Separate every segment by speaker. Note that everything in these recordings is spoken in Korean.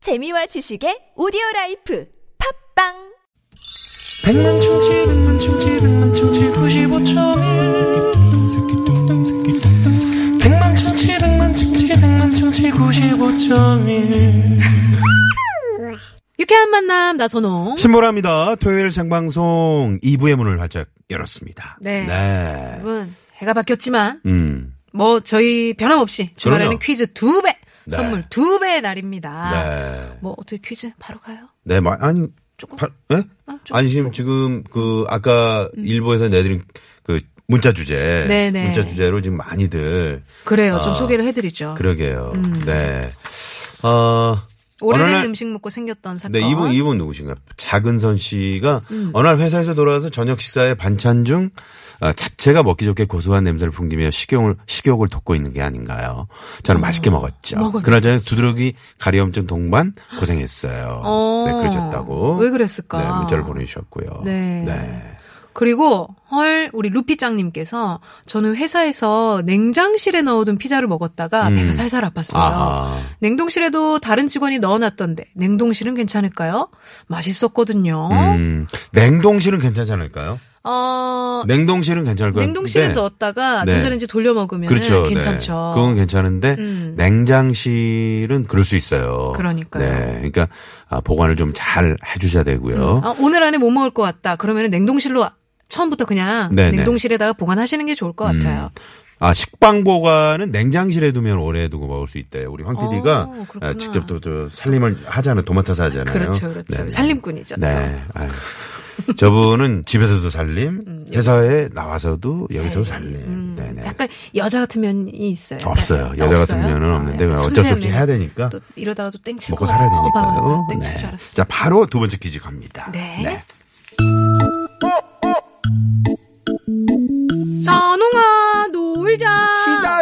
Speaker 1: 재미와 지식의 오디오 라이프 팝빵
Speaker 2: 백만 충치 백만 충치 백만 충치 95.1 백만 충치 백만 충치 백만 충치 95.1
Speaker 3: 유쾌한 만남 나선홍.
Speaker 4: 신보라입니다. 네, 토요일 생방송 2부의 문을 활짝 열었습니다.
Speaker 3: 네.
Speaker 4: 네.
Speaker 3: 여러분 해가 바뀌었지만
Speaker 4: 음.
Speaker 3: 뭐 저희 변함없이 주말에는
Speaker 4: 그럼요.
Speaker 3: 퀴즈 두 배,
Speaker 4: 네.
Speaker 3: 선물 두 배의 날입니다.
Speaker 4: 네.
Speaker 3: 뭐 어떻게 퀴즈 바로 가요?
Speaker 4: 네, 마, 아니.
Speaker 3: 조금?
Speaker 4: 바, 예?
Speaker 3: 아, 조금. 음.
Speaker 4: 아니, 지금, 지금, 그, 아까 일부에서 내드린 그 문자 주제.
Speaker 3: 네네.
Speaker 4: 문자 주제로 지금 많이들.
Speaker 3: 그래요. 좀
Speaker 4: 아,
Speaker 3: 소개를 해드리죠.
Speaker 4: 그러게요.
Speaker 3: 음.
Speaker 4: 네. 어.
Speaker 3: 오래된
Speaker 4: 어느 날-
Speaker 3: 음식 먹고 생겼던 사건.
Speaker 4: 네, 이분, 이분 누구신가요? 작은선 씨가
Speaker 3: 음.
Speaker 4: 어느 날 회사에서 돌아와서 저녁 식사에 반찬 중 아, 잡채가 먹기 좋게 고소한 냄새를 풍기며 식욕을, 식욕을 돋고 있는 게 아닌가요? 저는 맛있게 먹었죠.
Speaker 3: 어. 먹어요.
Speaker 4: 그날 저녁 두드러기 가려움증 동반 고생했어요.
Speaker 3: 어.
Speaker 4: 네, 그러셨다고.
Speaker 3: 왜 그랬을까?
Speaker 4: 네, 문자를 보내주셨고요.
Speaker 3: 네.
Speaker 4: 네.
Speaker 3: 그리고 헐 우리 루피짱님께서 저는 회사에서 냉장실에 넣어둔 피자를 먹었다가
Speaker 4: 음.
Speaker 3: 배가 살살 아팠어요.
Speaker 4: 아하.
Speaker 3: 냉동실에도 다른 직원이 넣어놨던데 냉동실은 괜찮을까요? 맛있었거든요.
Speaker 4: 음, 냉동실은 괜찮지 않을까요?
Speaker 3: 어,
Speaker 4: 냉동실은 괜찮을 것 같은데.
Speaker 3: 냉동실에 넣었다가
Speaker 4: 네.
Speaker 3: 전자레인지 돌려 먹으면
Speaker 4: 그렇죠. 네.
Speaker 3: 괜찮죠.
Speaker 4: 그건 괜찮은데
Speaker 3: 음.
Speaker 4: 냉장실은 그럴 수 있어요.
Speaker 3: 그러니까요.
Speaker 4: 네, 그러니까 아, 보관을 좀 잘 해주셔야 되고요.
Speaker 3: 아, 오늘 안에 못 먹을 것 같다. 그러면 냉동실로 처음부터 그냥
Speaker 4: 네, 네.
Speaker 3: 냉동실에다가 보관하시는 게 좋을 것
Speaker 4: 음.
Speaker 3: 같아요.
Speaker 4: 아, 식빵 보관은 냉장실에 두면 오래 두고 먹을 수 있대요. 우리 황 PD가 아,
Speaker 3: 어, 그렇구나.
Speaker 4: 직접 또 저 살림을 하잖아요. 도맡아서 하잖아요.
Speaker 3: 그렇죠, 그렇죠.
Speaker 4: 네.
Speaker 3: 살림꾼이죠.
Speaker 4: 네. 아유. 저분은 집에서도 살림, 회사에 나와서도 여기서도 살림.
Speaker 3: 음,
Speaker 4: 네네.
Speaker 3: 약간 여자 같은 면이 있어요. 약간.
Speaker 4: 없어요. 여자 같은 면은 없는데
Speaker 3: 약간
Speaker 4: 어쩔 수 없이
Speaker 3: 섬세한
Speaker 4: 해야
Speaker 3: 면.
Speaker 4: 되니까.
Speaker 3: 또 이러다가 또 땡칠
Speaker 4: 먹고
Speaker 3: 것
Speaker 4: 살아야
Speaker 3: 같아.
Speaker 4: 되니까요.
Speaker 3: 어바마 땡칠
Speaker 4: 네.
Speaker 3: 줄 알았어.
Speaker 4: 자, 바로 두 번째 퀴즈 갑니다.
Speaker 3: 네. 선홍아 놀자.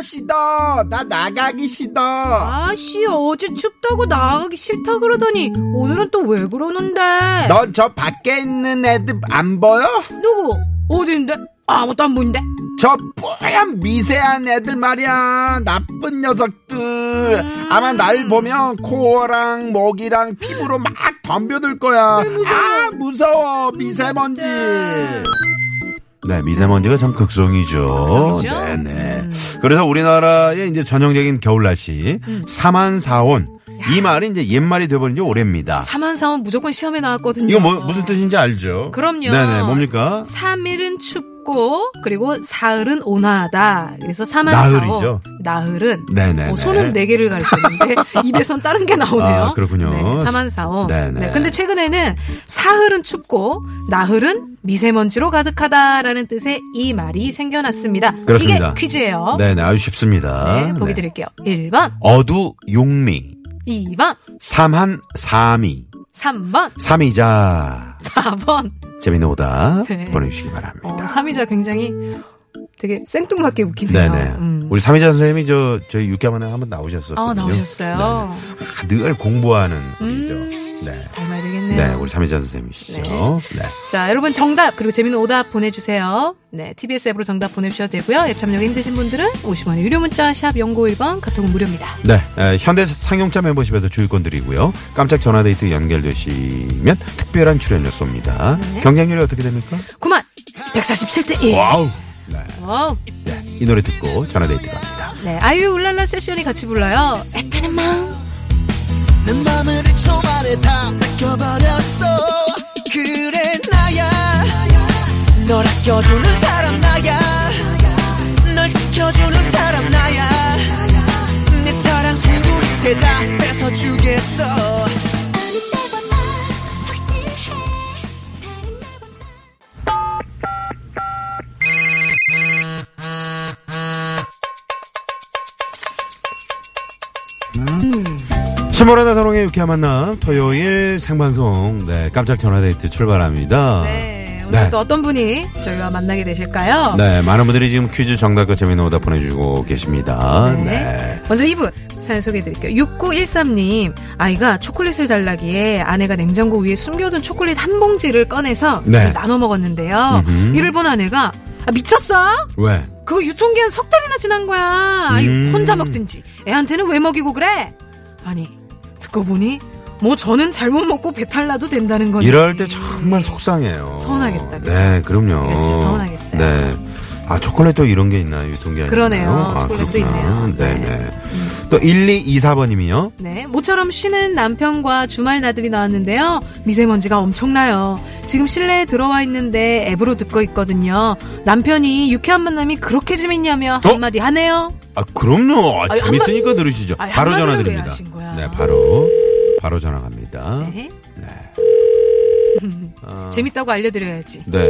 Speaker 4: 싫어. 나 나가기 싫어.
Speaker 3: 아씨 어제 춥다고 나가기 싫다 그러더니 오늘은 또 왜 그러는데?
Speaker 4: 넌 저 밖에 있는 애들 안 보여?
Speaker 3: 누구? 어딘데? 아무도 안 보인데?
Speaker 4: 저 뽀얀 미세한 애들 말이야. 나쁜 녀석들. 아마 날 보면 코랑 목이랑 피부로 막 덤벼들 거야. 아, 무서워. 미세먼지. 네, 미세먼지가 참 극성이죠.
Speaker 3: 극성이죠?
Speaker 4: 네, 네. 그래서 우리나라의 이제 전형적인 겨울 날씨 사만사온 이 말이 이제 옛말이 돼버린 지 오래입니다.
Speaker 3: 사만사원 무조건 시험에 나왔거든요.
Speaker 4: 이거 뭐 무슨 뜻인지 알죠?
Speaker 3: 그럼요.
Speaker 4: 네네 뭡니까?
Speaker 3: 3일은 춥고 그리고 사흘은 온화하다. 그래서 사만사원
Speaker 4: 나흘이죠.
Speaker 3: 나흘은
Speaker 4: 네네.
Speaker 3: 어, 손은 네 개를 가리켰는데 입에선 다른 게 나오네요.
Speaker 4: 아, 그렇군요.
Speaker 3: 네, 사만사원.
Speaker 4: 네네.
Speaker 3: 네, 근데 최근에는 사흘은 춥고 나흘은 미세먼지로 가득하다라는 뜻의 이 말이 생겨났습니다.
Speaker 4: 그렇습니다.
Speaker 3: 이게 퀴즈예요.
Speaker 4: 네네 아주 쉽습니다.
Speaker 3: 네, 보기
Speaker 4: 네.
Speaker 3: 드릴게요. 1번,
Speaker 4: 어두 용미
Speaker 3: 2번,
Speaker 4: 삼한 삼이
Speaker 3: 3번,
Speaker 4: 삼이자
Speaker 3: 4번.
Speaker 4: 재밌는 오다
Speaker 3: 네.
Speaker 4: 보내주시기 바랍니다.
Speaker 3: 어, 3위자 굉장히 되게 생뚱맞게 웃기네요.
Speaker 4: 네네.
Speaker 3: 음.
Speaker 4: 우리 삼이자 선생님이 저 저희 육개만에 한번 나오셨었거든요.
Speaker 3: 아, 나오셨어요.
Speaker 4: 네. 늘 공부하는 분이죠. 네.
Speaker 3: 닮아야 되겠네요.
Speaker 4: 네, 우리 삼이자 선생님이시죠. 네.
Speaker 3: 자, 여러분 정답 그리고 재미있는 오답 보내주세요. 네, TBS 앱으로 정답 보내주셔도 되고요. 앱 참여가 힘드신 분들은 50원의 유료 문자 샵 0951번 카톡은 무료입니다.
Speaker 4: 네, 에, 현대 상용차 멤버십에서 주유권 드리고요. 깜짝 전화데이트 연결되시면 특별한 출연료 쏩니다.
Speaker 3: 네.
Speaker 4: 경쟁률이 어떻게 됩니까?
Speaker 3: 9만 147대 1.
Speaker 4: 와우! 네,
Speaker 3: 와우.
Speaker 4: 네, 이 노래 듣고 전화데이트 갑니다.
Speaker 3: 네, 아이유 울랄라 세션이 같이 불러요. 애타는 마음.
Speaker 2: 내 맘을 1초 만에 다 뺏겨버렸어 그래 나야 널 아껴주는 사람 나야 널 지켜주는 사람 나야 내 사랑 송두리째 다 뺏어주겠어
Speaker 4: 신보라다 선홍의 유쾌한 만남 토요일 생방송 네, 깜짝 전화데이트 출발합니다.
Speaker 3: 네, 오늘
Speaker 4: 네.
Speaker 3: 또 어떤 분이 저희와 만나게 되실까요?
Speaker 4: 네, 많은 분들이 지금 퀴즈 정답과 재미있는 오답 보내주고 계십니다.
Speaker 3: 네.
Speaker 4: 네.
Speaker 3: 먼저 이분 사연 소개해드릴게요. 6913님 아이가 초콜릿을 달라기에 아내가 냉장고 위에 숨겨둔 초콜릿 한 봉지를 꺼내서
Speaker 4: 네.
Speaker 3: 나눠 먹었는데요.
Speaker 4: 음흠.
Speaker 3: 이를 본 아내가 아, 미쳤어?
Speaker 4: 왜?
Speaker 3: 그거 유통기한 석 달이나 지난 거야. 아이
Speaker 4: 음.
Speaker 3: 혼자 먹든지 애한테는 왜 먹이고 그래? 아니 듣고 보니 뭐 저는 잘못 먹고 배탈 나도 된다는 거니.
Speaker 4: 이럴 때 정말 속상해요.
Speaker 3: 뭐 서운하겠다, 그죠?
Speaker 4: 네, 그럼요.
Speaker 3: 그래, 진짜 서운하겠어요.
Speaker 4: 네. 아, 초콜릿도 이런 게 있나요? 유통기한이.
Speaker 3: 그러네요.
Speaker 4: 있나요? 아,
Speaker 3: 초콜릿도
Speaker 4: 그렇구나.
Speaker 3: 있네요.
Speaker 4: 네,
Speaker 3: 네.
Speaker 4: 네. 또 1224번님이요.
Speaker 3: 네, 모처럼 쉬는 남편과 주말 나들이 나왔는데요. 미세먼지가 엄청나요. 지금 실내에 들어와 있는데 앱으로 듣고 있거든요. 남편이 유쾌한 만남이 그렇게 재밌냐며
Speaker 4: 어?
Speaker 3: 한마디 하네요.
Speaker 4: 아, 그럼요. 아,
Speaker 3: 아니,
Speaker 4: 재밌으니까 들으시죠.
Speaker 3: 아니,
Speaker 4: 바로
Speaker 3: 한마디를
Speaker 4: 전화
Speaker 3: 왜
Speaker 4: 드립니다.
Speaker 3: 하신 거야?
Speaker 4: 네, 바로. 바로 전화 갑니다.
Speaker 3: 네.
Speaker 4: 아,
Speaker 3: 재밌다고 알려드려야지.
Speaker 4: 네.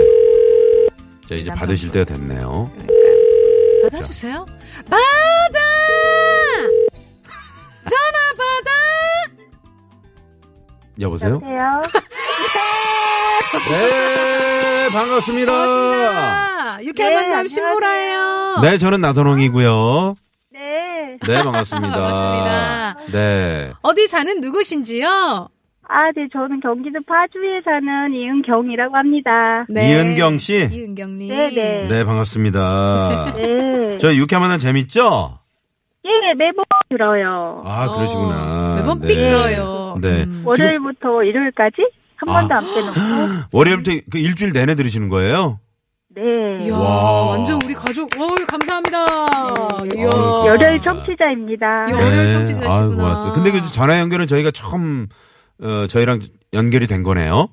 Speaker 4: 자, 이제
Speaker 3: 남편분.
Speaker 4: 받으실 때가 됐네요.
Speaker 3: 받아주세요. 받아! 전화 받아!
Speaker 4: 여보세요?
Speaker 5: 안녕하세요.
Speaker 4: 네, 반갑습니다.
Speaker 3: 아, 유쾌한
Speaker 5: 네,
Speaker 3: 만남 신보라예요.
Speaker 4: 네, 저는 나선홍이고요.
Speaker 5: 네.
Speaker 4: 네, 반갑습니다.
Speaker 3: 반갑습니다.
Speaker 4: 네.
Speaker 3: 어디 사는 누구신지요?
Speaker 5: 아, 네, 저는 경기도 파주에 사는 이은경이라고 합니다.
Speaker 4: 네. 이은경 씨?
Speaker 3: 네. 이은경님.
Speaker 5: 네, 네.
Speaker 4: 네, 반갑습니다.
Speaker 5: 네.
Speaker 4: 저 유쾌한 만남 재밌죠?
Speaker 5: 예, 매번 들어요.
Speaker 4: 아, 그러시구나.
Speaker 3: 어, 매번
Speaker 4: 네.
Speaker 3: 삑 넣어요.
Speaker 4: 네.
Speaker 3: 음.
Speaker 5: 월요일부터 일요일까지 한
Speaker 4: 아.
Speaker 5: 번도 안 빼놓고.
Speaker 4: 월요일부터 그 일주일 내내 들으시는 거예요?
Speaker 5: 네.
Speaker 3: 이야,
Speaker 4: 와.
Speaker 3: 완전 우리 가족. 어 아, 감사합니다.
Speaker 5: 네.
Speaker 3: 이야.
Speaker 4: 어,
Speaker 5: 열혈 청취자입니다.
Speaker 3: 야. 네, 월요일 청취자시구나.
Speaker 4: 아유, 고맙습니다. 근데 그 전화 연결은 저희가 처음, 어, 저희랑 연결이 된 거네요?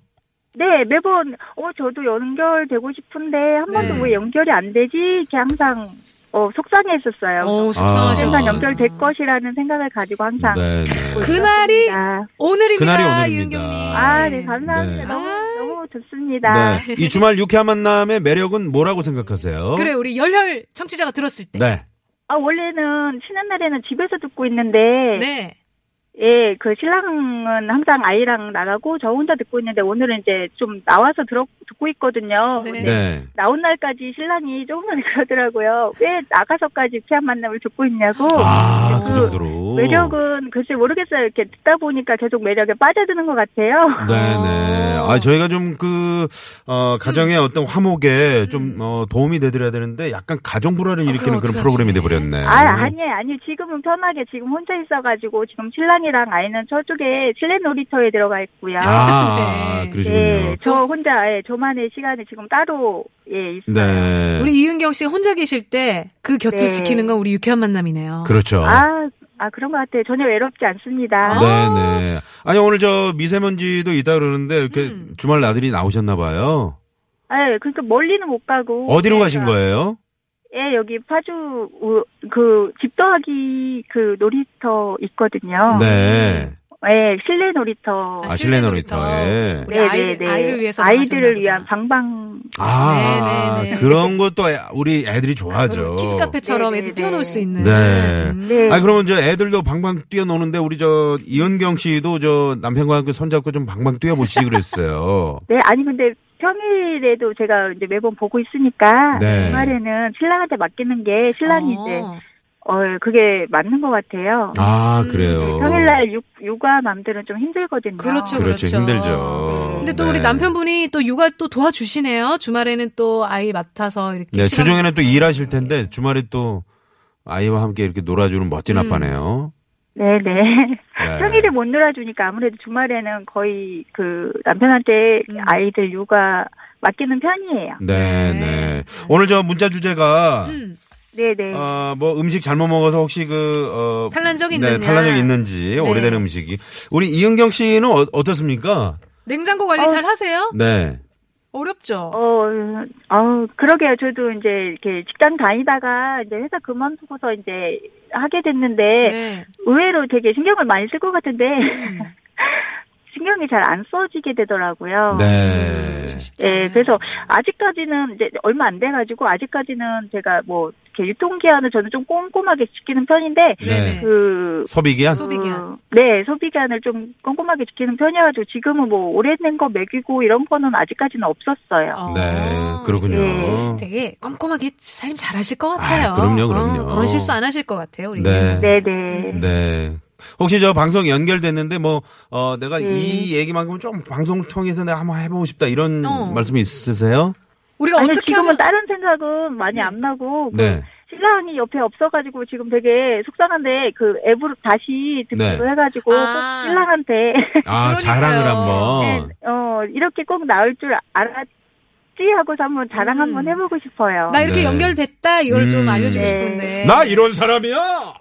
Speaker 5: 네, 매번, 어, 저도 연결되고 싶은데, 한 번도
Speaker 3: 네.
Speaker 5: 왜 연결이 안 되지? 이렇게 항상, 어, 속상했었어요.
Speaker 3: 어,
Speaker 4: 아.
Speaker 3: 속상하시다.
Speaker 5: 항상 연결될 것이라는 생각을 가지고 항상.
Speaker 4: 네, 네.
Speaker 3: 그날이
Speaker 5: 아,
Speaker 3: 오늘입니다.
Speaker 4: 그날이 오늘입니다.
Speaker 3: 이은경님.
Speaker 5: 아, 네, 감사합니다.
Speaker 4: 네.
Speaker 5: 너무,
Speaker 3: 아.
Speaker 5: 너무 좋습니다.
Speaker 4: 네. 이 주말 유쾌한 만남의 매력은 뭐라고 생각하세요?
Speaker 3: 그래, 우리 열혈 청취자가 들었을 때.
Speaker 4: 네.
Speaker 5: 아, 원래는 쉬는 날에는 집에서 듣고 있는데,
Speaker 3: 네.
Speaker 5: 예, 그 신랑은 항상 아이랑 나가고 저 혼자 듣고 있는데 오늘은 이제 좀 나와서 들어, 듣고 있거든요.
Speaker 3: 네.
Speaker 5: 근데
Speaker 4: 네.
Speaker 5: 나온 날까지 신랑이 조금만 그러더라고요. 왜 나가서까지 유쾌한 만남을 듣고 있냐고.
Speaker 4: 아, 그
Speaker 5: 그
Speaker 4: 정도로.
Speaker 5: 매력은 글쎄 모르겠어요. 이렇게 듣다 보니까 계속 매력에 빠져드는 것 같아요.
Speaker 4: 네네.
Speaker 3: 어.
Speaker 4: 아, 저희가 좀 그, 어, 가정의 어떤 화목에 좀, 어, 도움이 되드려야 되는데 약간 가정불화를 일으키는 그런
Speaker 3: 아, 어떡하지?
Speaker 4: 프로그램이 돼버렸네.
Speaker 5: 아, 아니에요, 아니에요. 지금은 편하게 지금 혼자 있어가지고 지금 신랑이랑 아이는 저쪽에 실내 놀이터에 들어가 있고요.
Speaker 4: 아,
Speaker 3: 네.
Speaker 4: 그러시군요.
Speaker 5: 예,
Speaker 4: 네.
Speaker 5: 저 혼자 예, 저만의 시간이 지금 따로 예
Speaker 4: 네.
Speaker 5: 있어요.
Speaker 3: 우리 이은경 씨가 혼자 계실 때 그 곁을
Speaker 5: 네.
Speaker 3: 지키는 건 우리 유쾌한 만남이네요.
Speaker 4: 그렇죠.
Speaker 5: 아, 아 그런 것 같아요. 전혀 외롭지 않습니다.
Speaker 3: 아.
Speaker 4: 네네. 아니, 오늘 저 미세먼지도 있다 그러는데 이렇게
Speaker 3: 음.
Speaker 4: 주말 나들이 나오셨나 봐요.
Speaker 5: 예, 그러니까 멀리는 못 가고
Speaker 4: 어디로
Speaker 5: 예,
Speaker 4: 가신 거예요?
Speaker 5: 예, 여기 파주 우- 그 집도하기 그 놀이터 있거든요.
Speaker 3: 아.
Speaker 4: 네.
Speaker 5: 예, 실내 놀이터. 네,
Speaker 4: 아, 실내
Speaker 3: 음. 놀이터.
Speaker 4: 놀이터에. 예.
Speaker 3: 우리 아이들, 아이를 위해서
Speaker 5: 아이들을
Speaker 3: 나가셨나
Speaker 5: 위한
Speaker 3: 보다.
Speaker 5: 방방.
Speaker 4: 아,
Speaker 3: 네네네.
Speaker 4: 그런 것도 우리 애들이 좋아하죠.
Speaker 3: 키스카페처럼 애들
Speaker 5: 네, 네,
Speaker 3: 뛰어놀 수 있는.
Speaker 4: 그렇죠. 네.
Speaker 3: 음.
Speaker 5: 네.
Speaker 4: 아, 그러면 저 애들도 방방 뛰어노는데 우리 저 이은경 씨도 저 남편과 그 손잡고 좀 방방 뛰어보시지
Speaker 3: 음.
Speaker 4: 그랬어요.
Speaker 5: 네, 아니 근데 평일에도 제가 이제 매번 보고 있으니까
Speaker 4: 네.
Speaker 5: 주말에는 신랑한테 맡기는 게 신랑이
Speaker 3: 어.
Speaker 5: 이제 어 그게 맞는 것 같아요.
Speaker 4: 아,
Speaker 3: 음,
Speaker 4: 그래요.
Speaker 5: 평일날 육, 육아 맘들은 좀 힘들거든요.
Speaker 3: 그렇죠.
Speaker 4: 그렇죠.
Speaker 3: 그렇죠.
Speaker 4: 힘들죠.
Speaker 3: 근데 또
Speaker 4: 네.
Speaker 3: 우리 남편분이 또 육아 또 도와주시네요. 주말에는 또 아이 맡아서 이렇게.
Speaker 4: 네,
Speaker 3: 시간-
Speaker 4: 주중에는 또 일하실 텐데 주말에 또 아이와 함께 이렇게 놀아주는 멋진
Speaker 3: 음.
Speaker 4: 아빠네요.
Speaker 5: 네네.
Speaker 4: 네.
Speaker 5: 평일에 못 놀아주니까 아무래도 주말에는 거의 그 남편한테
Speaker 3: 음.
Speaker 5: 아이들 육아 맡기는 편이에요.
Speaker 4: 네, 네. 오늘 저 문자 주제가
Speaker 3: 음.
Speaker 5: 네네.
Speaker 4: 어, 뭐 음식 잘못 먹어서 혹시 그 어,
Speaker 3: 탈란적이
Speaker 4: 네,
Speaker 3: 있느냐. 네.
Speaker 4: 탈란적이 있는지 오래된 음식이 우리 이은경 씨는 어, 어떻습니까?
Speaker 3: 냉장고 관리 잘 하세요?
Speaker 4: 네.
Speaker 3: 어렵죠.
Speaker 5: 어, 어, 그러게요. 저도 이제 이렇게 직장 다니다가 이제 회사 그만두고서 이제 하게 됐는데
Speaker 3: 네. 음.
Speaker 5: 의외로 되게 신경을 많이 쓸 것 같은데 신경이 잘 안 써지게
Speaker 3: 아,
Speaker 5: 되더라고요.
Speaker 4: 네.
Speaker 3: 음.
Speaker 5: 예, 그래서 아직까지는 이제 얼마 안 돼가지고 아직까지는 제가 뭐 이렇게 유통기한을 저는 좀 꼼꼼하게 지키는 편인데
Speaker 4: 네.
Speaker 5: 그
Speaker 4: 소비기한?
Speaker 3: 소- 소비기한.
Speaker 5: 어, 네, 소비기한을 좀 꼼꼼하게 지키는 편이어가지고 지금은 뭐 오래된 거 먹이고 이런 거는 아직까지는 없었어요.
Speaker 3: 어.
Speaker 4: 네, 그렇군요.
Speaker 5: 네.
Speaker 3: 되게 꼼꼼하게 살림 잘하실 것 같아요.
Speaker 4: 아, 그럼요, 그럼요.
Speaker 3: 어, 그런 실수 안 하실 것 같아요, 우리.
Speaker 4: 네.
Speaker 5: 네네.
Speaker 3: 음,
Speaker 4: 네. 혹시 저 방송 연결됐는데 뭐, 어, 내가
Speaker 3: 음.
Speaker 5: 네.
Speaker 4: 이 얘기만큼은 좀 방송 통해서 내가 한번 해보고 싶다 이런
Speaker 3: 어.
Speaker 4: 말씀이 있으세요?
Speaker 3: 우리가
Speaker 5: 아니
Speaker 3: 어떻게
Speaker 5: 지금은
Speaker 3: 하면 어.
Speaker 5: 다른 생각은 많이 안 나고
Speaker 4: 네.
Speaker 5: 그 신랑이 옆에 없어가지고 지금 되게 속상한데 그 앱으로 다시 등록을
Speaker 4: 네.
Speaker 5: 해가지고
Speaker 3: 아.
Speaker 5: 꼭 신랑한테
Speaker 4: 아,
Speaker 3: 그러니까요.
Speaker 4: 자랑을 한번.
Speaker 5: 어 이렇게 꼭 나올 줄 알았지 하고서 한번 자랑
Speaker 3: 음.
Speaker 5: 한번 해보고 싶어요.
Speaker 3: 나 이렇게
Speaker 4: 네.
Speaker 3: 연결됐다 이걸 좀
Speaker 4: 음.
Speaker 3: 알려주고
Speaker 5: 네.
Speaker 3: 싶은데.
Speaker 4: 나 이런 사람이야!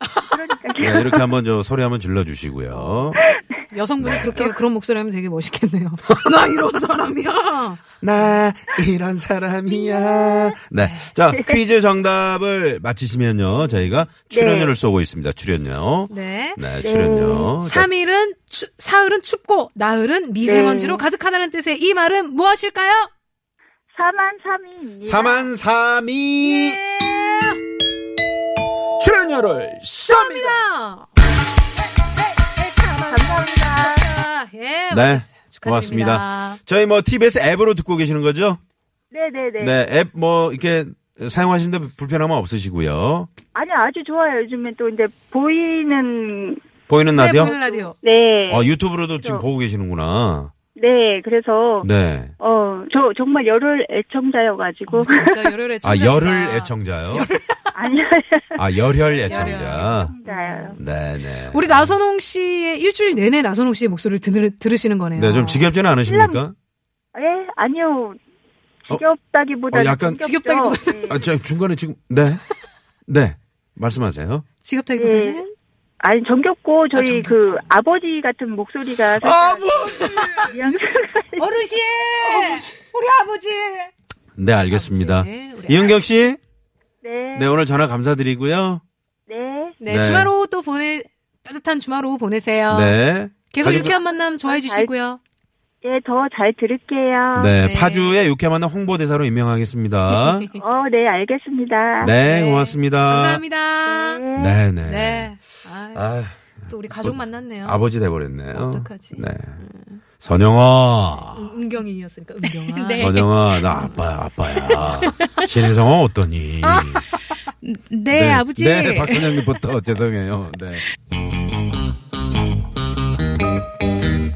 Speaker 5: 그러니까
Speaker 4: 네, 이렇게 한번 저 소리 한번 질러주시고요. 네.
Speaker 3: 여성분이 그렇게 그런 목소리 하면 되게 멋있겠네요. 나 이런 사람이야.
Speaker 4: 나 이런 사람이야. 네. 자, 퀴즈 정답을 맞히시면요. 저희가 출연료를 쏘고 있습니다. 출연료.
Speaker 3: 네.
Speaker 4: 네, 출연료. 자,
Speaker 3: 3일은 어, 추, 사흘은 춥고 나흘은 미세먼지로
Speaker 5: 네.
Speaker 3: 가득하다는 뜻의 이 말은 무엇일까요?
Speaker 5: 4만 3이
Speaker 4: 4만 3이
Speaker 3: 네.
Speaker 4: 출연료를 쏩니다.
Speaker 3: 아,
Speaker 5: 감사합니다.
Speaker 3: 아, 예.
Speaker 4: 네.
Speaker 3: 축하드립니다.
Speaker 4: 고맙습니다. 저희 뭐 TBS 앱으로 듣고 계시는 거죠?
Speaker 5: 네네네.
Speaker 4: 네, 앱 뭐 이렇게 사용하시는데 불편함은 없으시고요.
Speaker 5: 아니 아주 좋아요. 요즘에 또 이제 보이는
Speaker 4: 보이는
Speaker 3: 네,
Speaker 4: 라디오?
Speaker 3: 보이는 라디오.
Speaker 5: 네.
Speaker 4: 어, 유튜브로도 지금
Speaker 5: 그렇죠.
Speaker 4: 보고 계시는구나.
Speaker 5: 네. 그래서
Speaker 4: 네.
Speaker 5: 어 저 정말 열혈 애청자여가지고
Speaker 3: 진짜 열혈의
Speaker 4: 아,
Speaker 3: 청자입니다.
Speaker 4: 열혈 애청자요?
Speaker 5: 아니
Speaker 4: 아, 열혈 애청자.
Speaker 3: 열혈.
Speaker 5: 애청자예요.
Speaker 4: 네, 네.
Speaker 3: 우리 나선홍 씨의 일주일 내내 나선홍 씨의 목소리를 들, 들으시는 거네요.
Speaker 4: 네, 좀 지겹지는 않으십니까?
Speaker 5: 예 아니요 지겹다기보다
Speaker 4: 어, 약간-
Speaker 3: 지겹다기보다-
Speaker 4: 아, 저 중간에 지금 네. 네. 말씀하세요.
Speaker 3: 지겹다기보다는
Speaker 5: 음. 아니 정겹고 저희
Speaker 3: 정겹고.
Speaker 5: 그 아버지 같은 목소리가 살짝 뉘앙스가
Speaker 3: 어르신! 우리 아버지!
Speaker 4: 네, 알겠습니다.
Speaker 3: 네, 우리
Speaker 4: 이은경 씨,
Speaker 5: 네.
Speaker 4: 네, 오늘 전화 감사드리고요.
Speaker 5: 네.
Speaker 3: 네,
Speaker 4: 네.
Speaker 3: 주말 오후 또 보내, 따뜻한 주말 오후 보내세요.
Speaker 4: 네.
Speaker 3: 어, 계속
Speaker 4: 가족-
Speaker 3: 유쾌한 만남 좋아해
Speaker 5: 잘-
Speaker 3: 주시고요.
Speaker 5: 예, 더 잘 들을게요.
Speaker 4: 네,
Speaker 3: 네.
Speaker 4: 파주의 육회 만남 홍보대사로 임명하겠습니다.
Speaker 5: 어, 네, 알겠습니다.
Speaker 4: 네,
Speaker 6: 아,
Speaker 3: 네.
Speaker 4: 고맙습니다.
Speaker 3: 감사합니다.
Speaker 5: 네.
Speaker 4: 네, 네.
Speaker 3: 네. 아,
Speaker 4: 아,
Speaker 3: 또 우리 가족 만났네요.
Speaker 4: 아버지 돼버렸네요.
Speaker 3: 어떡하지? 음,
Speaker 4: 네. 선영아.
Speaker 3: 은- 은경이었으니까 은경아.
Speaker 6: 네.
Speaker 4: 선영아, 나 아빠야, 아빠야. 신혜성아 어떠니?
Speaker 6: 네, 아버지.
Speaker 4: 네, 박선영님부터 죄송해요. 네.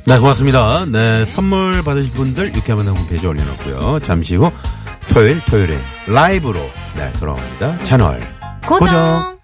Speaker 4: 네, 고맙습니다. 네, 선물 받으실 분들 유쾌한 만남 홈페이지 올려놓고요. 잠시 후 토요일, 토요일에 라이브로 네, 돌아옵니다. 채널 고정.